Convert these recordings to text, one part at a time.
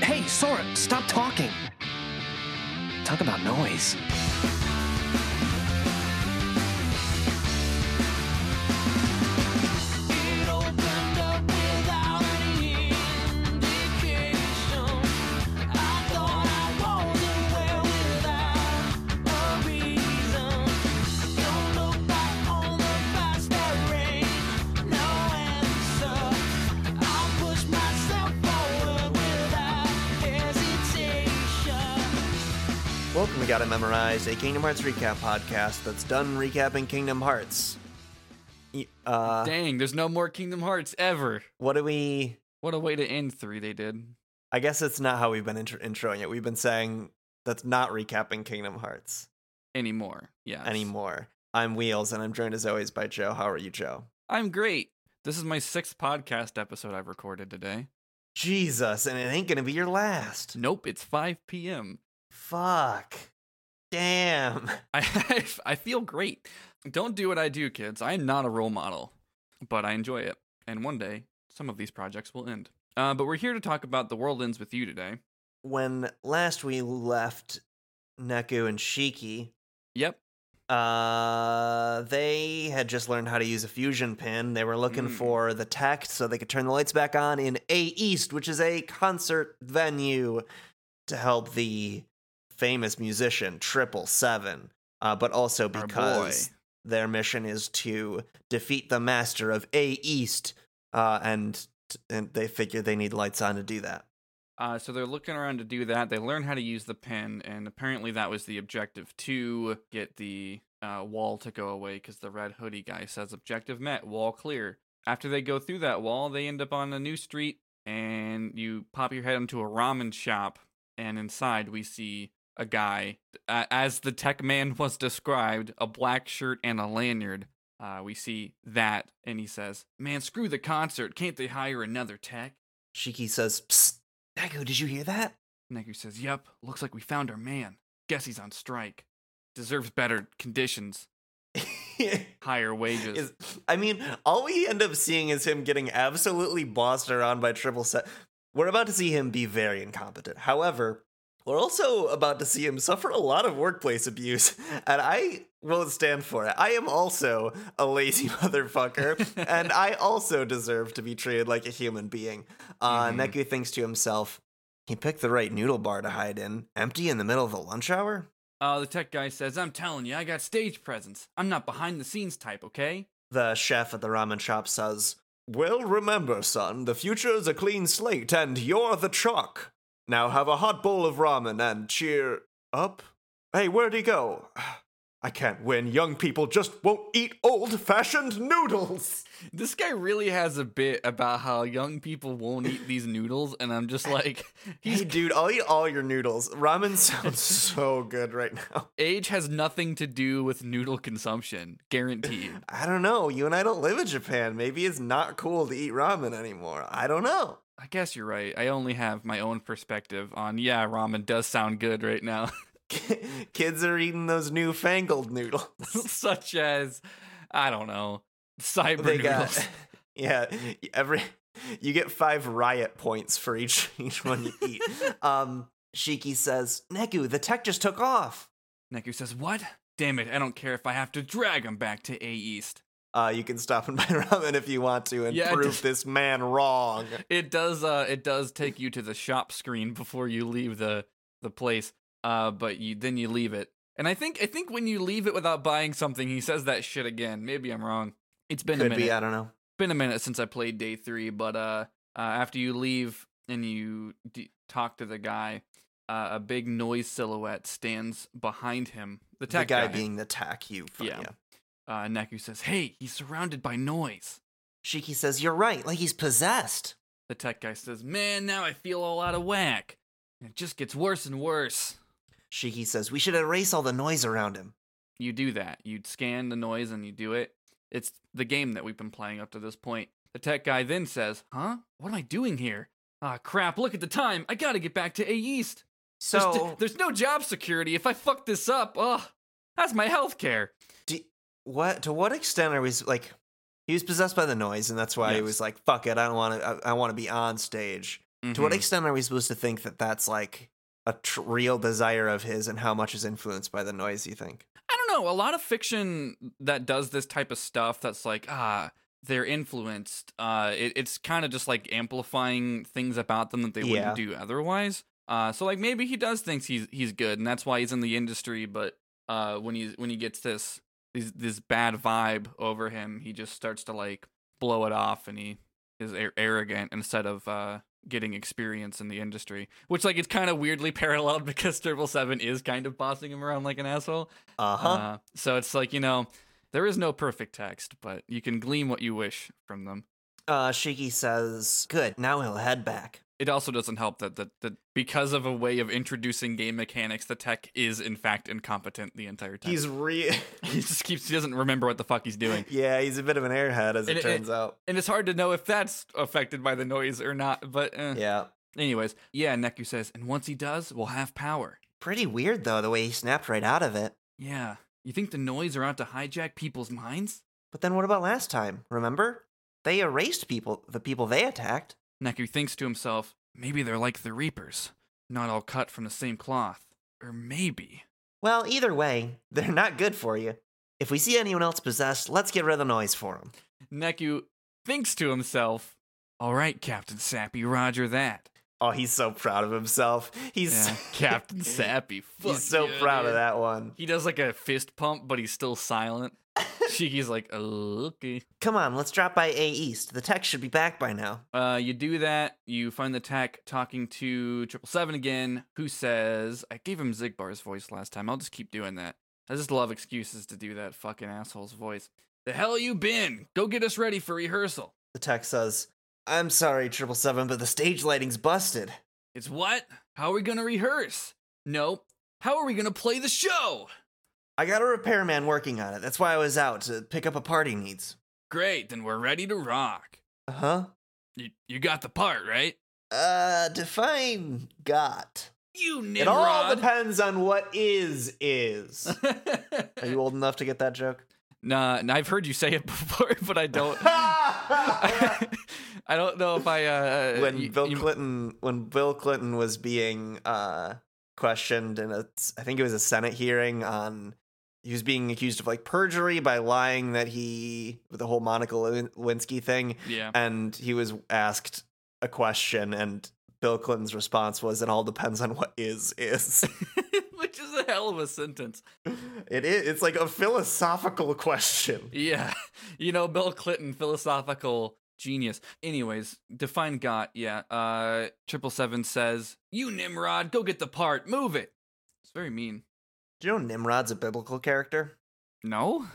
Hey, Sora, stop talking. Talk about noise. Welcome to Gotta Memorize, a Kingdom Hearts recap podcast that's done recapping Kingdom Hearts. Y- Uh, Dang, there's no more Kingdom Hearts ever. what do we. What a way to end three they did. I guess it's not how we've been intro- introing it. We've been saying that's not recapping Kingdom Hearts Anymore. Yeah. anymore. I'm Wheels, and I'm joined as always by Joe. How are you, Joe? I'm great. This is my sixth podcast episode I've recorded today. Jesus, and it ain't gonna be your last. Nope, it's 5 p.m. Fuck. Damn. I, I feel great. Don't do what I do, kids. I am not a role model, but I enjoy it. And one day, some of these projects will end. Uh, but we're here to talk about The World Ends With You today. When last we left Neku and Shiki, Yep. Uh, they had just learned how to use a fusion pin. They were looking Mm. for the tech so they could turn the lights back on in A East, which is a concert venue to help the famous musician Triple Seven. Uh, but also Our because boy. their mission is to defeat the master of A East, uh, and and they figure they need lights on to do that. Uh, so they're looking around to do that. They learn how to use the pen, and apparently that was the objective to get the uh, wall to go away because the red hoodie guy says objective met, wall clear. After they go through that wall, they end up on a new street, and you pop your head into a ramen shop, and inside we see a guy, uh, as the tech man was described, a black shirt and a lanyard. Uh, we see that, and he says, "Man, screw the concert! Can't they hire another tech?" Shiki says, "Psst, Neku, did you hear that?" Neku says, Yep, looks like we found our man. Guess he's on strike. Deserves better conditions, higher wages. is I mean, all we end up seeing is him getting absolutely bossed around by triple set. We're about to see him be very incompetent. However, we're also about to see him suffer a lot of workplace abuse, and I won't stand for it. I am also a lazy motherfucker, and I also deserve to be treated like a human being. Uh, Mhm. Neku thinks to himself, he picked the right noodle bar to hide in, empty in the middle of the lunch hour? uh, the tech guy says, I'm telling you, I got stage presence. I'm not behind the scenes type, okay? The chef at the ramen shop says, Well, remember, son, the future is a clean slate and you're the chalk. Now have a hot bowl of ramen and cheer up. Hey, where'd he go? I can't win. Young people just won't eat old fashioned noodles. This guy really has a bit about how young people won't eat these noodles, and I'm just like, Hey, he's, dude, I'll eat all your noodles. Ramen sounds so good right now. age has nothing to do with noodle consumption, guaranteed. I don't know. You and I don't live in Japan. Maybe it's not cool to eat ramen anymore. I don't know. I guess you're right. I only have my own perspective on, yeah, ramen does sound good right now. Kids are eating those newfangled noodles. such as I don't know cyber they noodles. got yeah every you get five riot points for each each one you eat um shiki says neku the tech just took off Neku says, "What? Damn it! I don't care if I have to drag him back to A East." uh you can stop and buy ramen if you want to and Yeah, I prove just- this man wrong It does. Uh, it does take you to the shop screen before you leave the the place. Uh, but you then you leave it, and I think I think when you leave it without buying something, he says that shit again. Maybe I'm wrong. It's been a could minute. be i don't know been a minute since I played day three, but uh, uh after you leave and you d- talk to the guy, uh, a big noise silhouette stands behind him. The the tech guy, being the tech you fu- Yeah. uh, Neku says, "Hey, he's surrounded by noise." shiki says you're right like he's possessed The tech guy says, "Man, now I feel all out of whack. And it just gets worse and worse." shiki says we should erase all the noise around him you do that. You scan the noise and you do it. It's the game that we've been playing up to this point. The tech guy then says, Huh? What am I doing here? Ah, crap, look at the time. I gotta get back to A East. There's- so there's, no job security. If I fuck this up, ugh, that's my health care. do, what to what extent are we s- like he was possessed by the noise and that's why he Yes. was like fuck it i don't want to i, I want to be on stage To what Mhm. extent are we supposed to think that that's like a tr- real desire of his and how much is influenced by the noise, you think? I don't know. A lot of fiction that does this type of stuff that's like, ah, they're influenced. Uh, it, it's kind of just like amplifying things about them that they Yeah. wouldn't do otherwise. Uh, so like maybe he does thinks he's he's good and that's why he's in the industry. But uh, when he's when he gets this these, this bad vibe over him, he just starts to like blow it off and he is ar- arrogant instead of uh, getting experience in the industry. Which like it's kind of weirdly paralleled because Triple Seven is kind of bossing him around like an asshole. Uh huh. Uh, so it's like, you know, there is no perfect text, but you can glean what you wish from them. Uh, Shiki says, Good, now he'll head back. It also doesn't help that, that, that because of a way of introducing game mechanics, the tech is in fact incompetent the entire time. He's re. he just keeps, he doesn't remember what the fuck he's doing. yeah, he's a bit of an airhead, as it, And it- turns out. And it's hard to know if that's affected by the noise or not, but eh. Yeah. anyways, yeah, Neku says, and once he does, we'll have power. Pretty weird, though, the way he snapped right out of it. Yeah. You think the noise are out to hijack people's minds? But then what about last time? Remember? They erased people, the people they attacked. Neku thinks to himself, maybe they're like the Reapers, not all cut from the same cloth. Or maybe. Well, either way, they're not good for you. If we see anyone else possessed, let's get rid of the noise for them. Neku thinks to himself, all right, Captain Sappy, roger that. Oh, he's so proud of himself. He's Yeah, Captain Sappy, fuck He's so yeah, proud of dude. that one. He does like a fist pump, but he's still silent. Shiki's like, "Oh, okay. Come on, let's drop by A East. The tech should be back by now. Uh, you do that. You find the tech talking to Triple Seven again, who says, "I gave him Zigbar's voice last time. I'll just keep doing that. I just love excuses to do that fucking asshole's voice. The hell you been? Go get us ready for rehearsal. The tech says, I'm sorry, 777, but the stage lighting's busted. It's what? How are we gonna rehearse? No. How are we gonna play the show? I got a repairman working on it. That's why I was out to pick up a party needs. Great, then we're ready to rock. Uh huh. You, you got the part right. Uh, define got. You It all Nimrod. depends on what is is. Are you old enough to get that joke? nah, nah, I've heard you say it before, but I don't. when I don't know if I uh you- Bill you- Clinton, when Bill Clinton was being uh, questioned in a, I think it was a Senate hearing on, he was being accused of like perjury by lying that he with the whole Monica Lewinsky thing, yeah. and he was asked a question, and Bill Clinton's response was, "It all depends on what is is." Which is a hell of a sentence. it is. It's like a philosophical question. Yeah. You know, Bill Clinton, philosophical genius. Anyways, define got, yeah. Uh triple seven says, You Nimrod, go get the part, move it. It's very mean. Do you know Nimrod's a biblical character? No?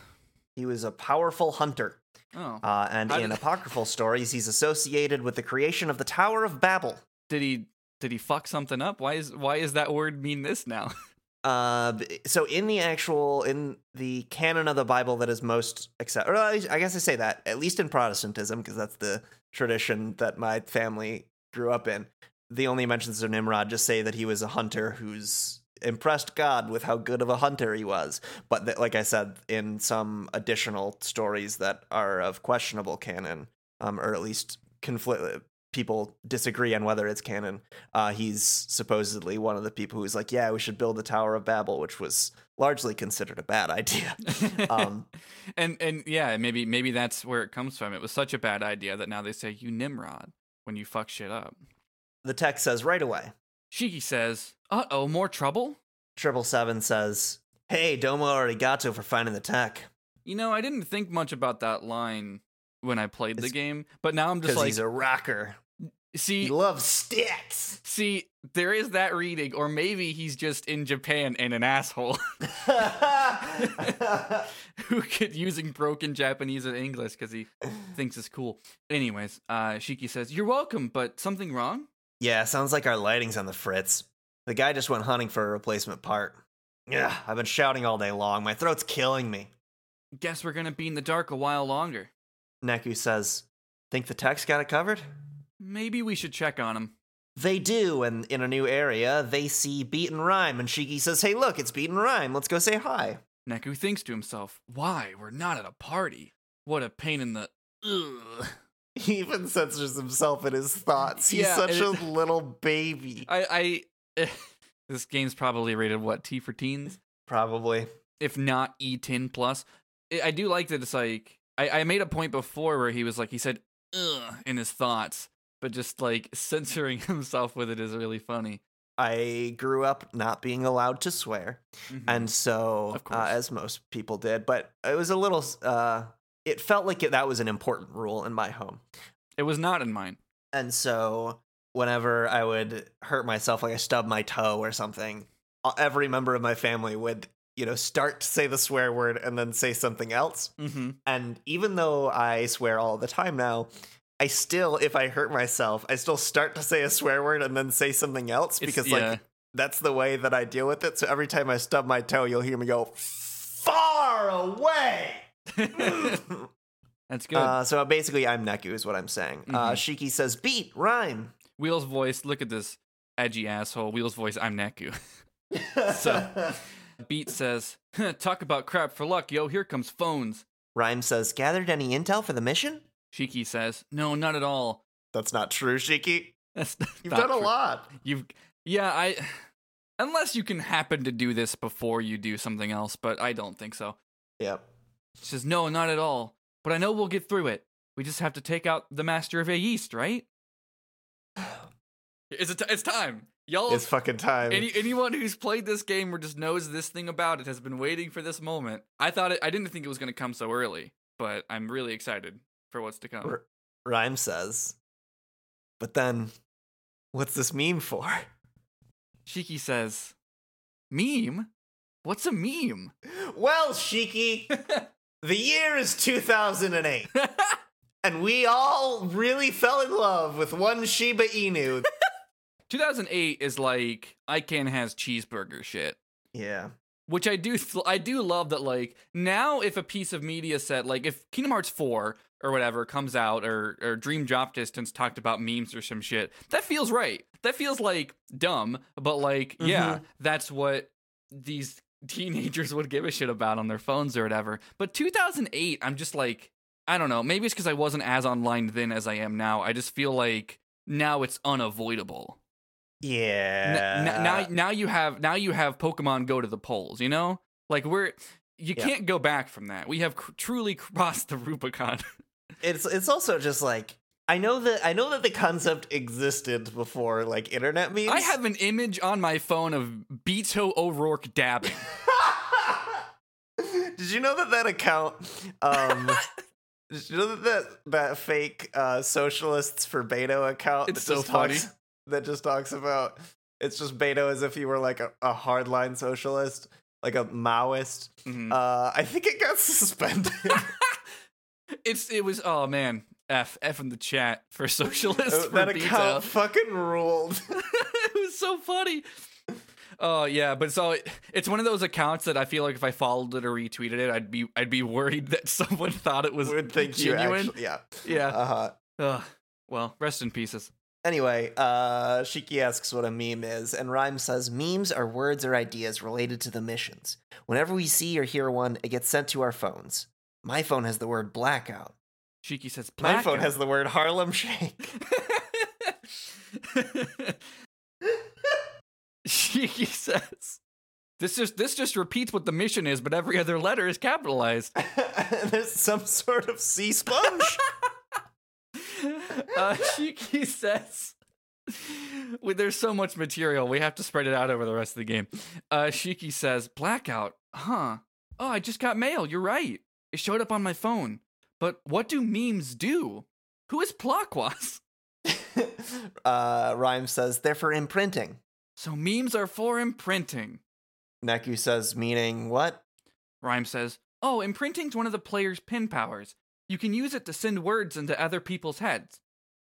He was a powerful hunter, Oh. uh, and How in did- apocryphal stories, he's associated with the creation of the Tower of Babel. Did he did he fuck something up? Why is why is that word mean this now? Uh, b- so in the actual in the canon of the Bible that is most accept, or at least- I guess I say that at least in Protestantism because that's the tradition that my family grew up in. The only mentions of Nimrod just say that he was a hunter who's impressed God with how good of a hunter he was. But that, like I said, in some additional stories that are of questionable canon, um, or at least conflict, people disagree on whether it's canon. Uh, he's supposedly one of the people who's like, yeah, we should build the Tower of Babel, which was largely considered a bad idea. Um, and and yeah, maybe maybe that's where it comes from. It was such a bad idea that now they say you Nimrod when you fuck shit up. the text says right away. Shiki says, "Uh oh, more trouble." Triple Seven says, "Hey, Domo Arigato for finding the tech You know, I didn't think much about that line when I played the It's- game, but now I'm because just like, he's a rocker. He see, loves sticks." see, there is that reading, or maybe he's just in Japan and an asshole who could using broken Japanese and English because he thinks it's cool. Anyways, uh, Shiki says, "You're welcome, but something wrong." yeah, sounds like our lighting's on the fritz. The guy just went hunting for a replacement part. Yeah, I've been shouting all day long. My throat's killing me. Guess we're gonna be in the dark a while longer. Neku says, "Think the tech's got it covered?" Maybe we should check on him. They do, and in a new area, they see Beat and Rhyme, and Shiki says, Hey, look, it's Beat and Rhyme. Let's go say hi. Neku thinks to himself, "Why we're not at a party? What a pain in the." Ugh. He even censors himself in his thoughts. He's Yeah, such a and little baby. I, I this game's probably rated what T for teens, Probably. if not E ten plus. I- I do like that it's like I, I made a point before where he was like he said Ugh, in his thoughts, but just like censoring himself with it is really funny. I grew up not being allowed to swear, Mhm. and so Of course. uh, as most people did, but it was a little. Uh, it felt like it, that was an important rule in my home, it was not in mine. and so whenever I would hurt myself, like I stubbed my toe or something, uh, every member of my family would, you know, start to say the swear word and then say something else. Mm-hmm. And even though I swear all the time now, I still, if I hurt myself, I still start to say a swear word and then say something else because, like, that's the way that I deal with it. So every time I stub my toe, you'll hear me go far away. like that's good. uh, so basically, I'm Neku, is what I'm saying. Uh, Mhm. Shiki says, beat, rhyme. Wheels voice, look at this edgy asshole. Wheels voice, I'm Neku. So- Beat says, "Huh, talk about crap for luck, yo. Here comes phones. rhyme says, gathered any intel for the mission? Shiki says, no, not at all. That's not true, Shiki. That's not You've not done a true. lot. You've yeah, I unless you can happen to do this before you do something else, but I don't think so. Yep. She says, no, not at all. But I know we'll get through it. We just have to take out the master of A East, right? Is it? it's time, y'all. It's fucking time. Any, anyone who's played this game or just knows this thing about it has been waiting for this moment. I thought it, I didn't think it was going to come so early, but I'm really excited for what's to come. R- Rhyme says, but then, what's this meme for? Shiki says, "Meme? What's a meme?" Well, Shiki, the year is 2008. and we all really fell in love with one Shiba Inu. 2008 is like ICANN has cheeseburger shit. yeah. which I do th- I do love that like now if a piece of media said like if Kingdom Hearts 4 or whatever comes out or or Dream Drop Distance talked about memes or some shit that feels right that feels like dumb but like yeah that's what these teenagers would give a shit about on their phones or whatever but 2008 I'm just like I don't know maybe it's cuz I wasn't as online then as I am now I just feel like now it's unavoidable Yeah. N- Uh, n- now now you have now you have Pokemon go to the polls. You know, like we're you Yeah. can't go back from that. We have cr- truly crossed the Rubicon. it's it's also just like I know that I know that the concept existed before like internet memes. I have an image on my phone of Beto O'Rourke dabbing. Did you know that that account um Did you know that that, that fake uh, socialists for Beto account It's that so just funny. talks that just talks about it's just Beto as if he were like a, a hardline socialist, like a Maoist. Mhm. Uh, I think it got suspended. it's it was oh man f f in the chat for socialists for Oh, that Beto. account fucking ruled. it was so funny. Oh yeah, but so it, it's one of those accounts that I feel like if I followed it or retweeted it, I'd be I'd be worried that someone thought it was Would think you genuine. actually, yeah, yeah. uh huh. Ugh. Well, rest in pieces. Anyway, uh, Shiki asks what a meme is, and Rhyme says memes are words or ideas related to the missions. Whenever we see or hear one, it gets sent to our phones. My phone has the word blackout. Shiki says, My phone has the word Harlem Shake. blackout." Shiki says, "This just this just repeats what the mission is, but every other letter is capitalized." There's some sort of sea sponge. Uh, Shiki says, well, "There's so much material, we have to spread it out over the rest of the game." Uh, Shiki says, "Blackout, huh? Oh, I just got mail. You're right. It showed up on my phone. But what do memes do? Who is Plakwas?" uh, Rhyme says they're for imprinting. So memes are for imprinting. Neku says, meaning what? Rhyme says, Oh, imprinting's one of the player's pin powers. You can use it to send words into other people's heads.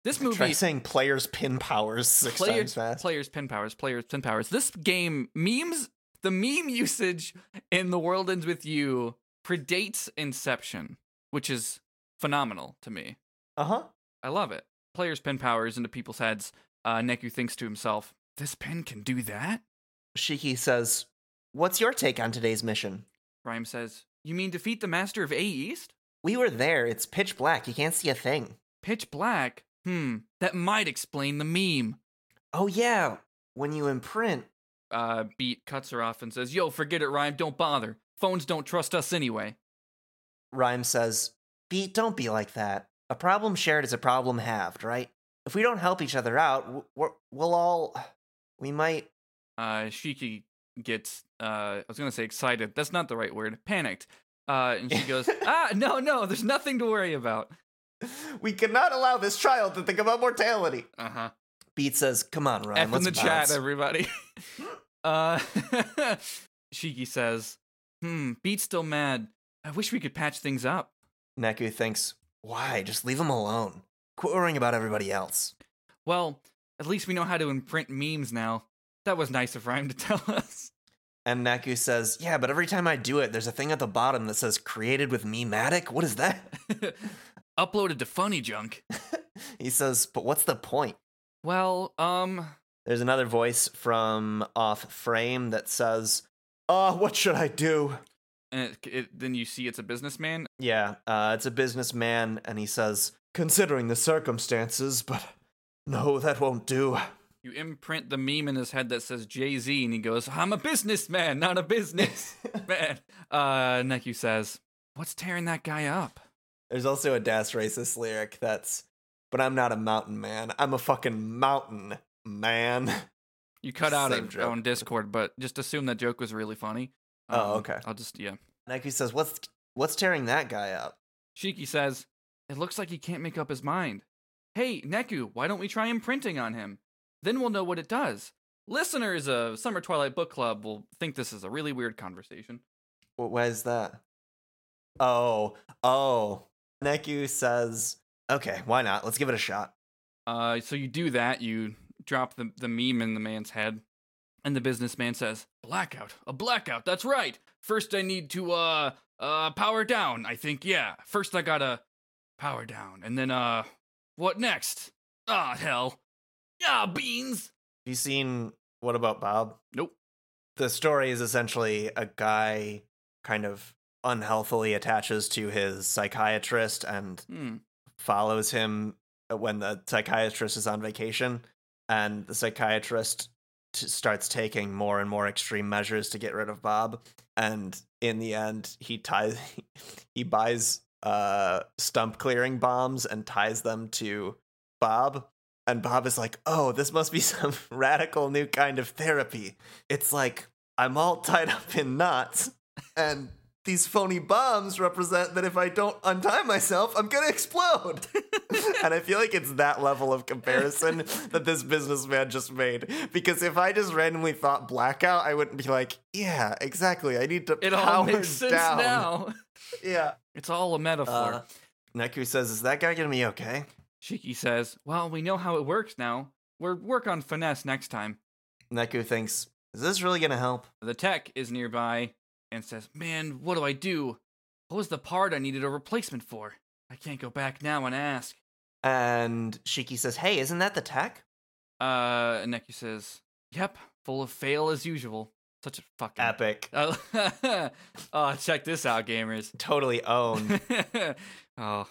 This Try movie, saying players pin powers six times players, fast. players' pin powers, players' pin powers. This game, memes, the meme usage in The World Ends With You predates Inception, which is phenomenal to me. uh huh. I love it. Players' pin powers into people's heads. Uh, Neku thinks to himself, This pen can do that? Shiki says, What's your take on today's mission? Rhyme says, You mean defeat the master of A East? We were there. It's pitch black. You can't see a thing. Pitch black? Hmm, that might explain the meme. Oh yeah, when you imprint. Uh, Beat cuts her off and says, Yo, forget it, Rhyme, don't bother. Phones don't trust us anyway. Rhyme says, "Beat, don't be like that. A problem shared is a problem halved, right? If we don't help each other out, w- we're, we'll all, we might." Uh, Shiki gets, uh, I was gonna say excited, that's not the right word, panicked. Uh, and she goes, Ah, no, no, there's nothing to worry about. We cannot allow this child to think about mortality. Uh huh. Beat says, "Come on, Rhyme, F Uh-huh. in let's the bounce." chat, everybody. uh, Shiki says, Hmm, Beat's still mad. I wish we could patch things up. Neku thinks, "Why? Just leave him alone. Quit worrying about everybody else." Well, at least we know how to imprint memes now. That was nice of Rhyme to tell us. And Neku says, "Yeah, but every time I do it, there's a thing at the bottom that says created with Mematic. What is that?" Uploaded to Funny Junk. He says, "But what's the point?" Well, um, There's another voice from off frame that says, "Ah, what should I do?" and it, it, then you see it's a businessman. Yeah, uh, it's a businessman, and he says, "Considering the circumstances, but no, that won't do." You imprint the meme in his head that says Jay Z, and he goes, "I'm a businessman, not a business man." Uh, Neku says, "What's tearing that guy up?" There's also a Das racist lyric that's, "But I'm not a mountain man. I'm a fucking mountain man." You cut out Same of joke. on Discord, but just assume that joke was really funny. Um, Oh, okay. I'll just yeah. Neku says, "What's what's tearing that guy up?" Shiki says, It looks like he can't make up his mind. Hey, Neku, why don't we try imprinting on him? Then we'll know what it does. Listeners of Summer Twilight Book Club will think this is a really weird conversation. What? Why is that? Oh, oh. Neku says, "Okay, why not? Let's give it a shot." Uh, so you do that, you drop the, the meme in the man's head, and the businessman says, Blackout, a blackout, that's right. First I need to uh uh power down, I think, yeah. First I gotta power down, and then uh what next? Ah hell. Ah beans. Have you seen What About Bob? Nope. The story is essentially a guy kind of unhealthily attaches to his psychiatrist and Hmm. follows him uh, when the psychiatrist is on vacation. And the psychiatrist t- starts taking more and more extreme measures to get rid of Bob. And in the end, he ties, he buys uh, stump clearing bombs and ties them to Bob. And Bob is like, oh, this must be some radical new kind of therapy. It's like, I'm all tied up in knots, and these phony bombs represent that if I don't untie myself, I'm gonna explode. and I feel like it's that level of comparison that this businessman just made. Because if I just randomly thought blackout, I wouldn't be like, yeah, exactly. I need to It power all makes sense down. now. Yeah. It's all a metaphor. Uh, Neku says, is that guy gonna be okay? Shiki says, Well, we know how it works now. We're work on finesse next time. Neku thinks, is this really gonna help? The tech is nearby and says, Man, what do I do? What was the part I needed a replacement for? I can't go back now and ask. And Shiki says, hey, isn't that the tech? Uh, and Neku says, Yep, full of fail as usual. Such a fucking. Epic. Uh, oh, check this out, gamers. Totally owned. oh,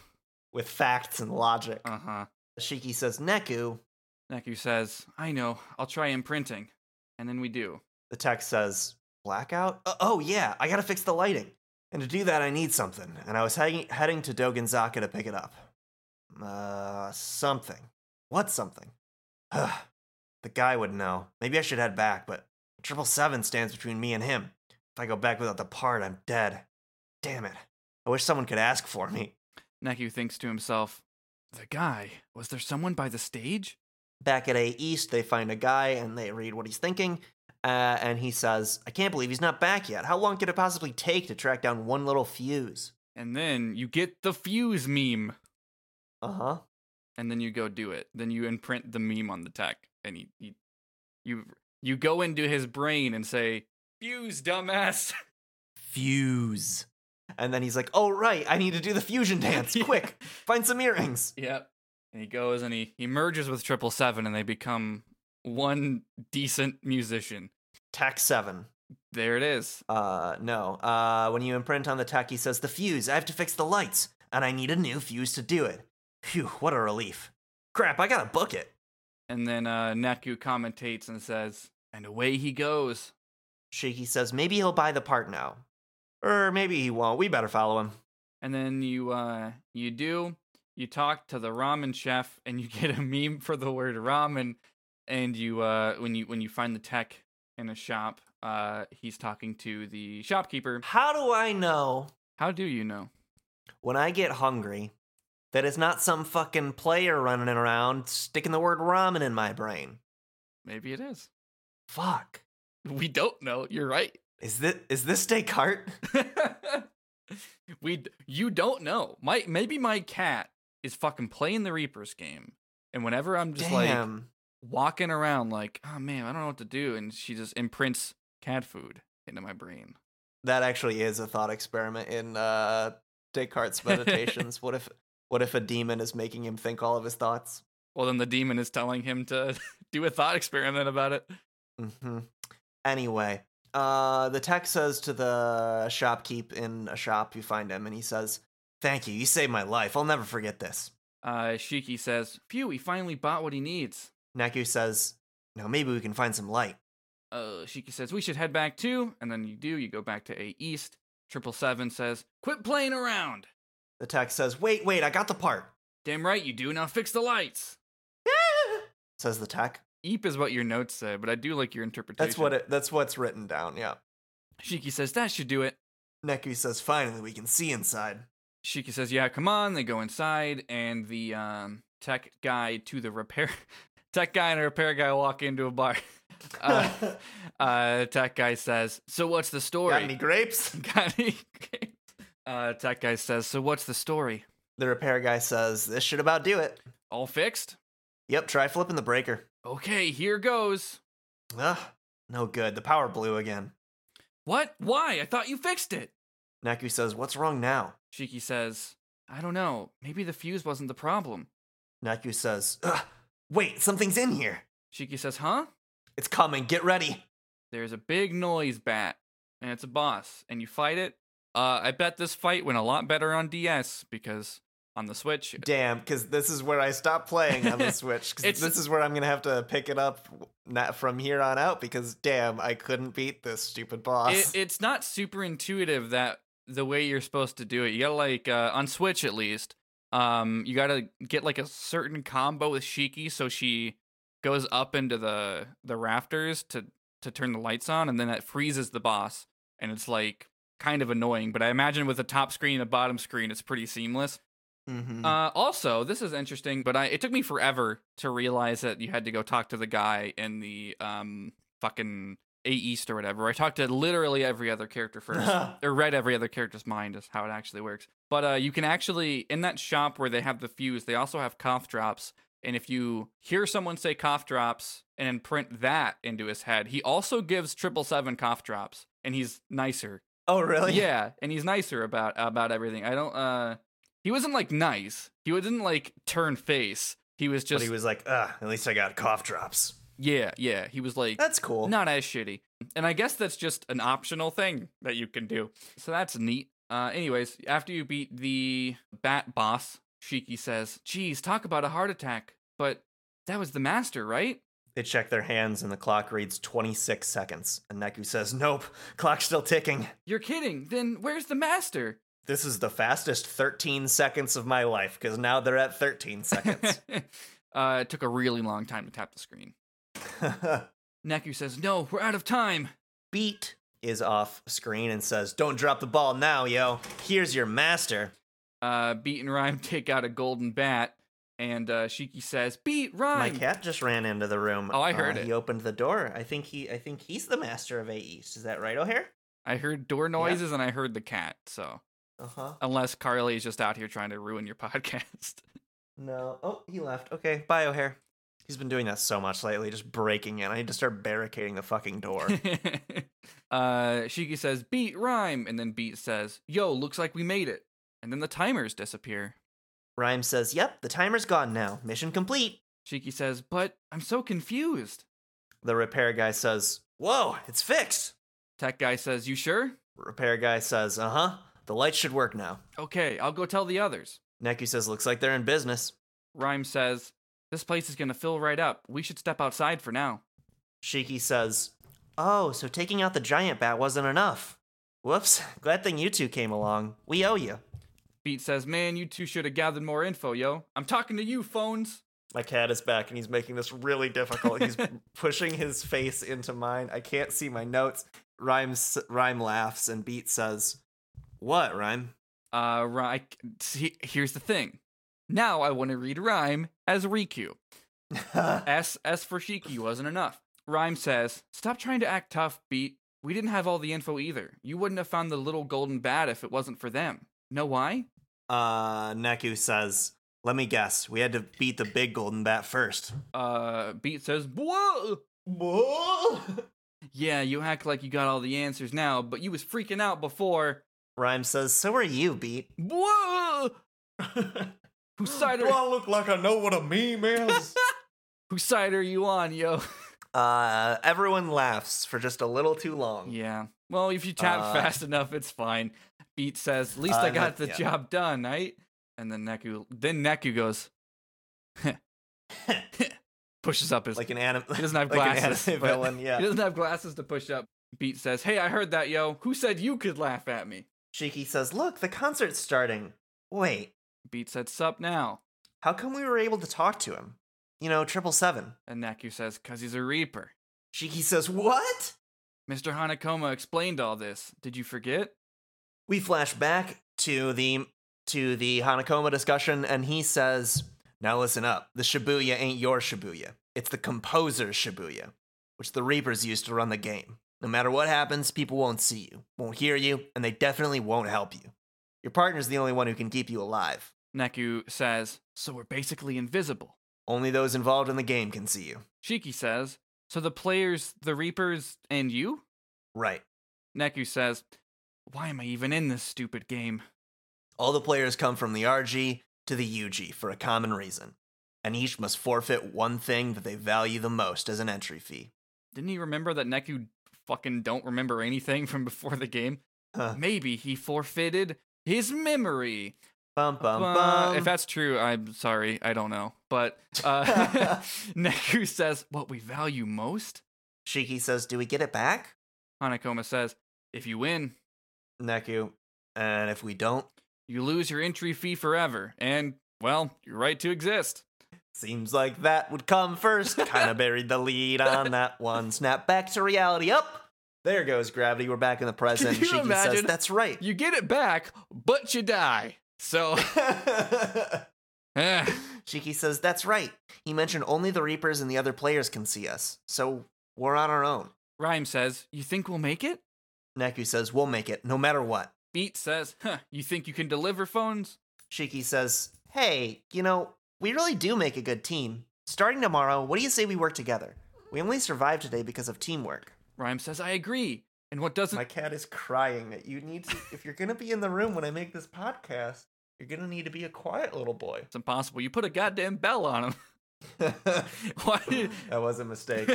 with facts and logic. uh huh. Shiki says, Neku. Neku says, I know, I'll try imprinting. And then we do. The text says, Blackout? Uh, oh, yeah, I gotta fix the lighting. And to do that, I need something. And I was heading, heading to Doganzaka to pick it up. Uh, something. What something? Ugh. the guy would know. Maybe I should head back, but Triple Seven stands between me and him. If I go back without the part, I'm dead. Damn it. I wish someone could ask for me. Neku thinks to himself, The guy, was there someone by the stage? back at A East, they find a guy and they read what he's thinking. Uh, and he says, I can't believe he's not back yet. How long could it possibly take to track down one little fuse? And then you get the fuse meme. Uh huh. And then you go do it. Then you imprint the meme on the tech. And he, he you you go into his brain and say, Fuse, dumbass. Fuse. And then he's like, Oh, right, I need to do the fusion dance. Quick, find some earrings. Yep. And he goes and he, he merges with triple seven and they become one decent musician. Tech 7. There it is. Uh, no. Uh, when you imprint on the tech, he says, The fuse, I have to fix the lights, and I need a new fuse to do it. Phew, what a relief. Crap, I gotta book it. And then uh, Neku commentates and says, and away he goes. Shaky says maybe he'll buy the part now. Or maybe he won't. We better follow him. And then you uh, you do, you talk to the ramen chef and you get a meme for the word ramen. And you uh, when you when you find the tech in a shop, uh, he's talking to the shopkeeper. How do I know How do you know? when I get hungry that it's not some fucking player running around sticking the word ramen in my brain? Maybe it is. Fuck. We don't know. You're right. Is this is this Descartes? we d- you don't know. My maybe my cat is fucking playing the Reapers game, and whenever I'm just like Damn. walking around, like oh man, I don't know what to do, and she just imprints cat food into my brain. that actually is a thought experiment in uh, Descartes' meditations. what if what if a demon is making him think all of his thoughts? Well, then the demon is telling him to do a thought experiment about it. hmm Anyway, uh, the tech says to the shopkeep in a shop, you find him, and he says, "Thank you. You saved my life. I'll never forget this." Uh, Shiki says, "Phew, he finally bought what he needs." Naku says, "Now maybe we can find some light." Uh, Shiki says, "We should head back too," and then you do. You go back to A East. Triple Seven says, "Quit playing around." The tech says, "Wait, wait. I got the part." Damn right you do. Now fix the lights. Says the tech. Eep is what your notes say, but I do like your interpretation. That's what it. That's what's written down. Yeah. Shiki says that should do it. Neku says, "Finally, we can see inside." Shiki says, "Yeah, come on." They go inside, and the um, tech guy to the repair tech guy and a repair guy walk into a bar. Uh, uh, tech guy says, "So what's the story?" got any grapes? Got any grapes? Uh, tech guy says, "So what's the story? The repair guy says, This should about do it. All fixed? Yep, try flipping the breaker. Okay, here goes. Ugh, no good. The power blew again. What? Why? I thought you fixed it." Naku says, What's wrong now? Shiki says, "I don't know. Maybe the fuse wasn't the problem." Naku says, Ugh, Wait, something's in here. Shiki says, "Huh?" It's coming. Get ready. there's a big noise bat and it's a boss and you fight it uh, i bet this fight went a lot better on ds because on the switch Damn, because this is where I stopped playing on the Switch. 'cause It's- this is where I'm going to have to pick it up not from here on out because, damn, I couldn't beat this stupid it, boss. it's not super intuitive that the way you're supposed to do it you gotta like uh, on switch at least um, you gotta get like a certain combo with shiki so she goes up into the the rafters to to turn the lights on and then that freezes the boss and it's like kind of annoying but i imagine with a top screen and a bottom screen it's pretty seamless Mhm. Uh, also, this is interesting, but I it took me forever to realize that you had to go talk to the guy in the um fucking A East or whatever. I talked to literally every other character first, or read every other character's mind is how it actually works. But uh, you can actually in that shop where they have the fuse, they also have cough drops, and if you hear someone say cough drops and then print that into his head, he also gives triple seven cough drops, and he's nicer oh, really? yeah, and he's nicer about about everything. I don't. uh He wasn't like nice. He didn't like turn face. He was But just he was like, Ugh, at least I got cough drops. yeah, yeah. He was like That's cool. not as shitty. And I guess that's just an optional thing that you can do. So that's neat. Uh, anyways, after you beat the bat boss, Shiki says, "Geez, talk about a heart attack." But that was the master, right? They check their hands and the clock reads 26 seconds. And Neku says, Nope, clock's still ticking. You're kidding. Then where's the master? This is the fastest 13 seconds of my life because now they're at 13 seconds. uh, it took a really long time to tap the screen. Neku says, No, we're out of time. Beat is off screen and says, Don't drop the ball now, yo. Here's your master. Uh, Beat and Rhyme take out a golden bat, and uh, Shiki says, Beat My Rhyme. cat just ran into the room. Oh, I heard Uh, it. He opened the door. I think he I think he's the master of A East. Is that right, O'Hare? I heard door noises and I heard the cat. So, Uh-huh. unless Carly is just out here trying to ruin your podcast. No. Oh, he left. Okay. Bye, O'Hare. He's been doing that so much lately, just breaking in. I need to start barricading the fucking door. uh, Shiki says, Beat Rhyme. And then Beat says, Yo, looks like we made it. And then the timers disappear. Rhyme says, Yep, the timer's gone now. Mission complete. Shiki says, But I'm so confused. The repair guy says, Whoa, it's fixed. Tech guy says, You sure? Repair guy says, Uh huh. "Uh-huh. The lights should work now. Okay, I'll go tell the others. Neku says, looks like they're in business. Rhyme says, This place is going to fill right up. We should step outside for now. Shiki says, Oh, so taking out the giant bat wasn't enough. Whoops, glad thing you two came along. We owe you. Beat says, Man, you two should have gathered more info, yo. I'm talking to you, phones. My cat is back and he's making this really difficult. He's pushing his face into mine. I can't see my notes. Rhyme, s- Rhyme laughs and Beat says, What, Rhyme? Uh, Ry- see, here's the thing. Now I want to read Rhyme as Riku. Uh, S S for Shiki wasn't enough. Rhyme says, "Stop trying to act tough, Beat. We didn't have all the info either. You wouldn't have found the little golden bat if it wasn't for them. Know why? uh, Neku says, Let me guess, we had to beat the big golden bat first. Uh, Beat says, "Whoa, yeah, you act like you got all the answers now, but you was freaking out before. Rhyme says, So are you, Beat. Whoa, whose side are look like I know what a meme is? whose side are you on, yo? uh, everyone laughs for just a little too long. yeah. Well, if you tap Uh, fast enough, it's fine. Beat says, "At least Uh, I got that- the yeah. job done, right?" And then Neku, then Neku goes, pushes up his Like an anime. He doesn't have like an glasses, anime but- villain, He yeah. doesn't have glasses to push up. Beat says, Hey, I heard that, yo. Who said you could laugh at me? Shiki says, Look, the concert's starting. Wait, Beat said, Sup now. how come we were able to talk to him? You know, triple seven. And Naku says, Cause he's a Reaper. Shiki says, What? Mr. Hanakoma explained all this. Did you forget? we flash back to the to the Hanakoma discussion, and he says, "Now listen up. The Shibuya ain't your Shibuya. It's the composer's Shibuya, which the Reapers use to run the game. No matter what happens, people won't see you, won't hear you, and they definitely won't help you. Your partner's the only one who can keep you alive. Naku says, So we're basically invisible. Only those involved in the game can see you. Shiki says, So the players, the Reapers, and you? Right. Naku says, Why am I even in this stupid game? All the players come from the RG to the UG for a common reason, and each must forfeit one thing that they value the most as an entry fee." Didn't he remember that Neku fucking don't remember anything from before the game? Huh. Maybe he forfeited his memory. Bum bum Uh, bum. If that's true, I'm sorry, I don't know. But uh, Neku says what we value most. Shiki says, Do we get it back? Hanakoma says, if you win, Neku, and if we don't, you lose your entry fee forever, and well, your right to exist. seems like that would come first. Kinda buried the lead on that one. Snap back to reality. Up! There goes gravity. We're back in the present. Can you Shiki says, imagine? That's right. You get it back, but you die. So, eh. Shiki says, That's right. He mentioned only the Reapers and the other players can see us, so we're on our own. Rhyme says, you think we'll make it? Neku says, We'll make it, no matter what. Beat says, huh, you think you can deliver phones? Shiki says, Hey, you know, we really do make a good team. Starting tomorrow, what do you say we work together? We only survived today because of teamwork. Rhyme says, I agree. And what doesn't My cat is crying that you need to, if you're going to be in the room when I make this podcast, you're going to need to be a quiet little boy. it's impossible. You put a goddamn bell on him. that Why did was a mistake.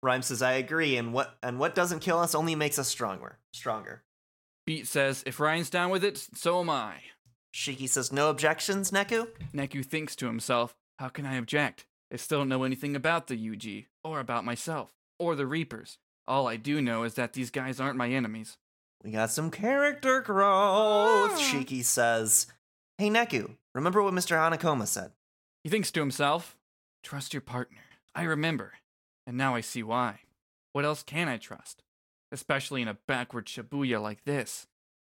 Rhyme says, I agree, and what, and what doesn't kill us only makes us stronger. Stronger. Beat says, if Ryan's down with it, so am I. Shiki says, No objections, Neku? Neku thinks to himself, how can I object? I still don't know anything about the UG, or about myself, or the Reapers. All I do know is that these guys aren't my enemies. We got some character growth, Ah. Shiki says. Hey, Neku, remember what Mr. Hanakoma said? He thinks to himself, trust your partner. I remember, and now I see why. What else can I trust? Especially in a backward Shibuya like this.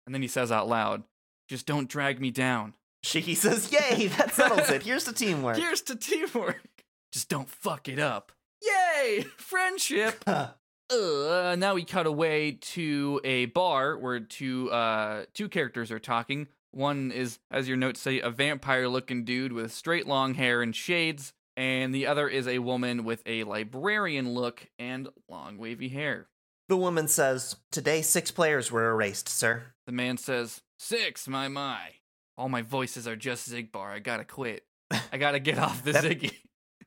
And then he says out loud, just don't drag me down. Shiki says, Yay, that settles it. Here's the teamwork. Here's to teamwork. Just don't fuck it up. Yay! Friendship! uh, now we cut away to a bar where two uh two characters are talking. One is, as your notes say, a vampire-looking dude with straight long hair and shades, and the other is a woman with a librarian look and long wavy hair. the woman says, Today six players were erased, sir. The man says, Six, my my. All my voices are just Zigbar. I gotta quit. I gotta get off the That- Ziggy.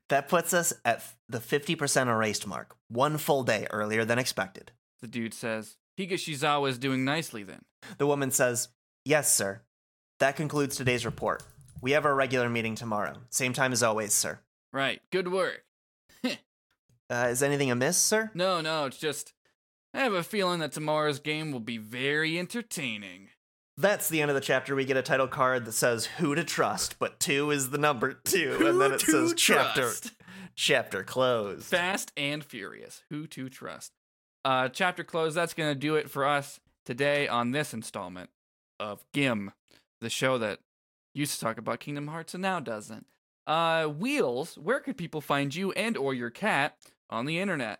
That puts us at f- the 50% erased mark, one full day earlier than expected. The dude says, Higashizawa is doing nicely then. The woman says, Yes, sir. That concludes today's report. We have our regular meeting tomorrow. Same time as always, sir. Right. Good work. Uh, is anything amiss, sir? No, no, it's just I have a feeling that tomorrow's game will be very entertaining. That's the end of the chapter. We get a title card that says who to trust, but two is the number two, and then Who it to says chapter trust? chapter closed. Fast and Furious. Who to trust? Uh, chapter close. That's gonna do it for us today on this installment of Gim, the show that used to talk about Kingdom Hearts and now doesn't. Uh, Wheels. Where could people find you and or your cat on the internet?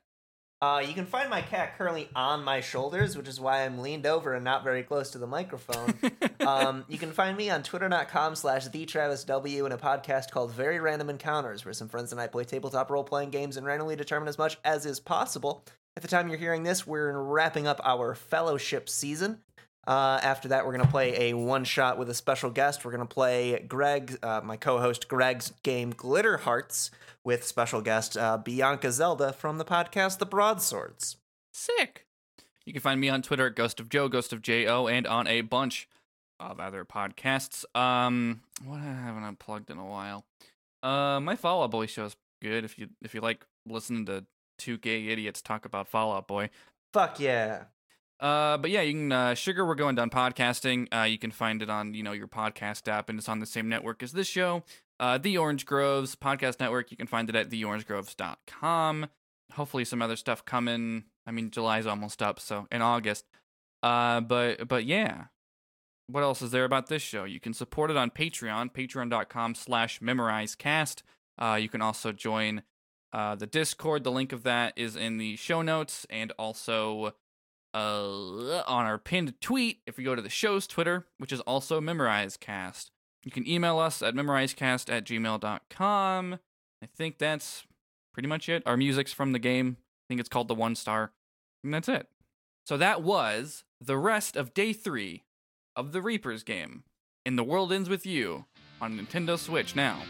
Uh, you can find my cat currently on my shoulders, which is why I'm leaned over and not very close to the microphone. um, you can find me on twitter.com slash thetravisw in a podcast called Very Random Encounters, where some friends and I play tabletop role-playing games and randomly determine as much as is possible. At the time you're hearing this, we're wrapping up our fellowship season. Uh, after that, we're going to play a one shot with a special guest. We're going to play Greg, uh, my co host Greg's game Glitter Hearts with special guest uh, Bianca Zelda from the podcast The Broadswords. Sick. You can find me on Twitter at Ghost of Joe, Ghost of J O, and on a bunch of other podcasts. Um, what I haven't unplugged in a while. Uh, my Fallout Boy show is good. If you if you like listening to two gay idiots talk about Fallout Boy, Fuck yeah. uh, but yeah, you can uh, sugar. We're going down podcasting. Uh, you can find it on you know your podcast app, and it's on the same network as this show, uh, the Orange Groves Podcast Network. You can find it at theorangegroves.com. Hopefully, some other stuff coming. I mean, July's almost up, so in August. Uh, but but yeah, what else is there about this show? You can support it on Patreon, Patreon.com/slash MemorizeCast. Uh, you can also join uh, the Discord. The link of that is in the show notes, and also uh, on our pinned tweet if you go to the show's Twitter, which is also MemorizeCast. You can email us at memorizecast at gmail.com. I think that's pretty much it. Our music's from the game. I think it's called The One Star. And that's it. So that was the rest of day three of the Reapers game. And the world ends with you on Nintendo Switch now.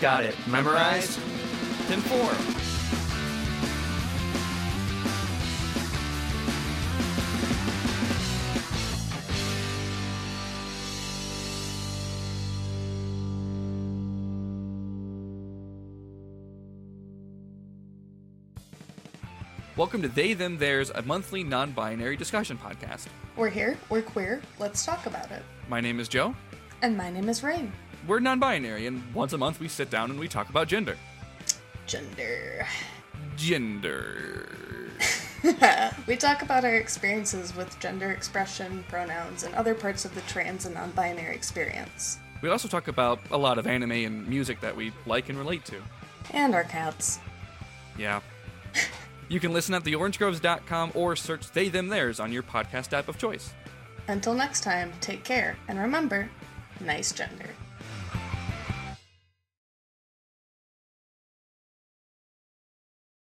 Got it. Memorized? 10 4. Welcome to They Them Theirs, a monthly non binary discussion podcast. We're here, we're queer, let's talk about it. My name is Joe. And my name is Rain. We're non binary, and once a month we sit down and we talk about gender. Gender. Gender. we talk about our experiences with gender expression, pronouns, and other parts of the trans and non binary experience. We also talk about a lot of anime and music that we like and relate to. And our cats. Yeah. you can listen at theorangegroves.com or search They Them Theirs on your podcast app of choice. Until next time, take care, and remember nice gender.